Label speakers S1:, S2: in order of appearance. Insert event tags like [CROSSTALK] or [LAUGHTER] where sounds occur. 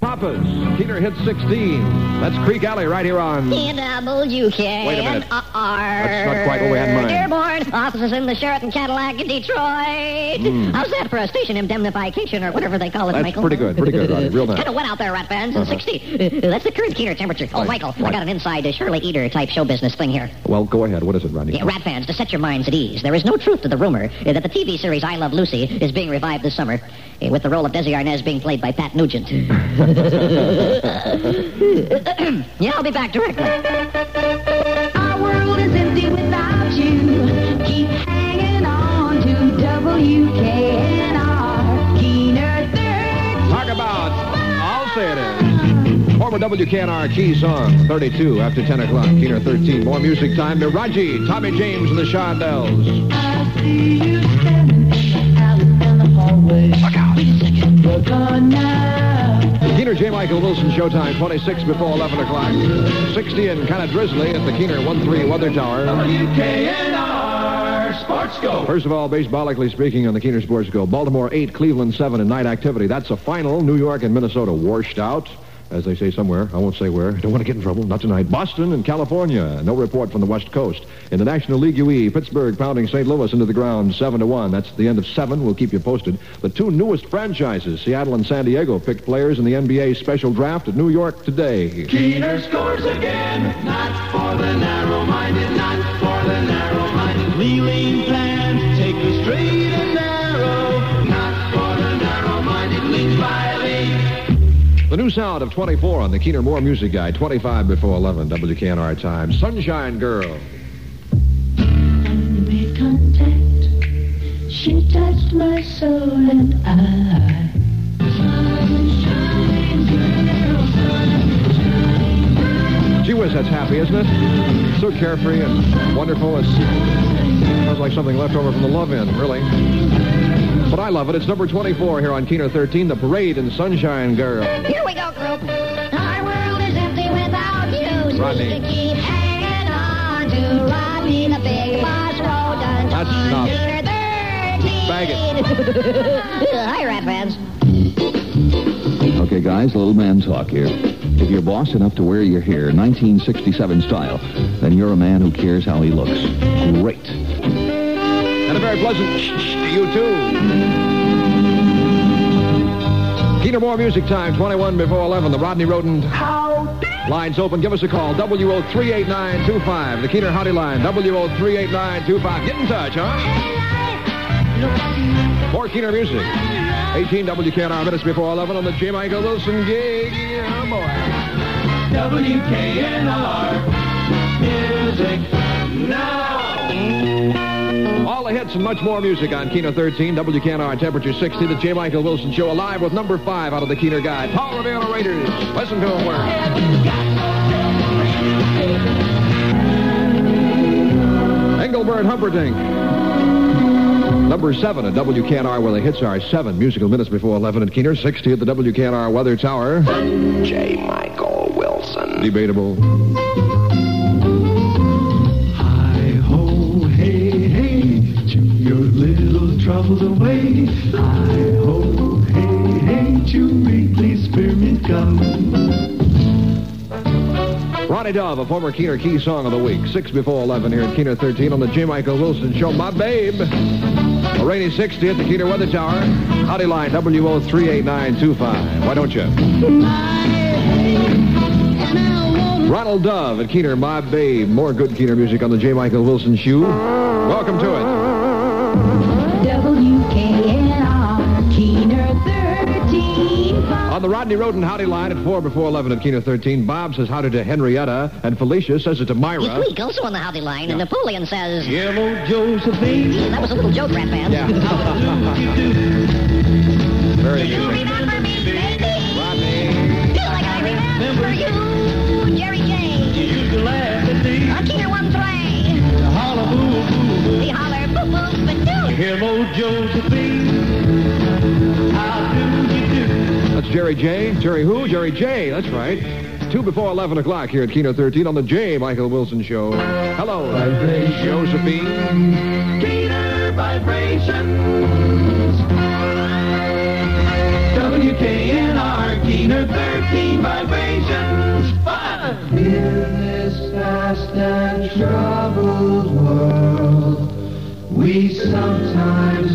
S1: Papas. Peter hits 16. That's Creek Alley right here on.
S2: T-W-K.
S1: Wait a minute.
S2: and R.
S1: That's not quite what we had in mind.
S2: Dearborn, offices in the Sheraton Cadillac in Detroit. How's that for a station indemnification or whatever they call it,
S1: Hmm. That's
S2: Michael?
S1: pretty good.
S2: [LAUGHS]
S1: Pretty good, Roddy. Real nice.
S2: Kind of wet out there, rat fans. It's 60. Uh, that's the current Keener temperature. Oh, Michael, I
S1: right.
S2: got an inside uh, Shirley Eater type show business thing here.
S1: Well, go ahead. What is it, Rodney?
S2: Yeah, rat fans, to set your minds at ease, there is no truth to the rumor uh, that the TV series I Love Lucy is being revived this summer, uh, with the role of Desi Arnaz being played by
S1: [LAUGHS]
S2: Pat Nugent. [LAUGHS] yeah, I'll be back directly.
S3: Our world is empty without you. Keep hanging on to WKNR. Keener third.
S1: Talk about. I'll say it is. Former WKNR Key Song, 32 after 10 o'clock. Keener 13. More music time. Miraji, Tommy James, and the Shondells.
S3: I see you standing in the alley in the hallway. Look out. Wait a second. We're gone now.
S1: Keener J. Michael Wilson Showtime, 26 before 11 o'clock. 60 and kind of drizzly at the Keener 13 Weather Tower.
S4: WKNR Sports Go.
S1: First of all, baseballically speaking, on the Keener Sports Go, Baltimore 8, Cleveland 7 in night activity. That's a final. New York and Minnesota washed out, as they say somewhere. I won't say where. I don't want to get in trouble. Not tonight. Boston and California. No report from the West Coast. In the National League UE, Pittsburgh pounding St. Louis into the ground 7 to 1. That's the end of 7. We'll keep you posted. The two newest franchises, Seattle and San Diego, picked players in the NBA special draft at New York today.
S4: Keener scores again. Not for the narrow-minded, not for the narrow-minded. Lean plans, take the straight and narrow. Not for the narrow-minded, lean by lean.
S1: The new sound of 24 on the Keener Moore Music Guide, 25 before 11, WKNR time. Sunshine Girl.
S3: You made contact. She touched my soul and I.
S1: Gee whiz, that's happy, isn't it? So carefree and wonderful. It sounds like something left over from the love end, really. But I love it. It's number 24 here on Keener 13, The Parade and Sunshine Girl.
S2: Here we go, group. Our world is empty without you.
S1: Rodney.
S2: So keep hanging on to Rodney the Big Boss Rodent.
S1: That's
S2: on
S1: enough.
S2: Peter Thirteen.
S1: Bag
S2: [LAUGHS] Hi, Rat Fans.
S5: Okay, guys, little man talk here. If you're boss enough to wear your hair 1967 style, then you're a man who cares how he looks. Great.
S1: And a very pleasant to you, too. Keener Moore Music Time, 21 before 11. The Rodney Roden Lines open. Give us a call. W038925. The Keener Howdy Line. W038925. Get in touch, huh? More Keener Music. 18 WKNR minutes before 11 on the J. Michael Wilson gig. Yeah, boy.
S4: WKNR Music Now.
S1: All the hits and much more music on Keener 13. WKNR temperature 60. The J. Michael Wilson Show alive with number five out of the Keener Guide. Paul Revere Raiders. Listen to him work. Engelbert Humperdinck. Number seven at WKNR, where the hits are seven musical minutes before 11 at Keener, 60 at the WKNR Weather Tower.
S6: J. Michael Wilson.
S1: Debatable.
S4: Hi ho, hey hey, chew your little troubles away. Hi ho, hey hey, chew me, please spearmint gum.
S1: Ronnie Dove, a former Keener Key Song of the Week, six before 11 here at Keener 13 on the J. Michael Wilson Show. My babe. A rainy 60 at the Keener Weather Tower. Howdy line W038925. Why don't you? Ronald Dove at Keener, my babe. More good Keener music on the J. Michael Wilson shoe. Welcome to it.
S3: WKNR. Keener 13.
S1: On the Rodney Roden Howdy line at 4 before 11 at Keener 13, Bob says howdy to Henrietta, and Felicia says it to
S2: This
S1: Myra.
S2: week, also on the Howdy Line, and Napoleon says,
S4: Yellow Josephine.
S2: That was a little joke, Rat Fans.
S1: Very
S2: Do you
S1: interesting.
S2: remember me, baby?
S1: Rodney.
S2: Feel like I remember you, Jerry J.
S4: used to laugh at me.
S2: On Keener 13.
S4: Holla boo boo
S2: He holler, boo boo, but
S4: boo.
S2: dude.
S4: Hello Josephine. How do you do?
S1: That's Jerry J. Jerry who? Jerry J. That's right. 2 before 11 o'clock here at Keener 13 on the J. Michael Wilson Show. Hello, Josephine.
S4: Gator Vibrations. WKNR Keener 13.
S7: healthy vibrations. Fun!
S4: In this fast and troubled world, we sometimes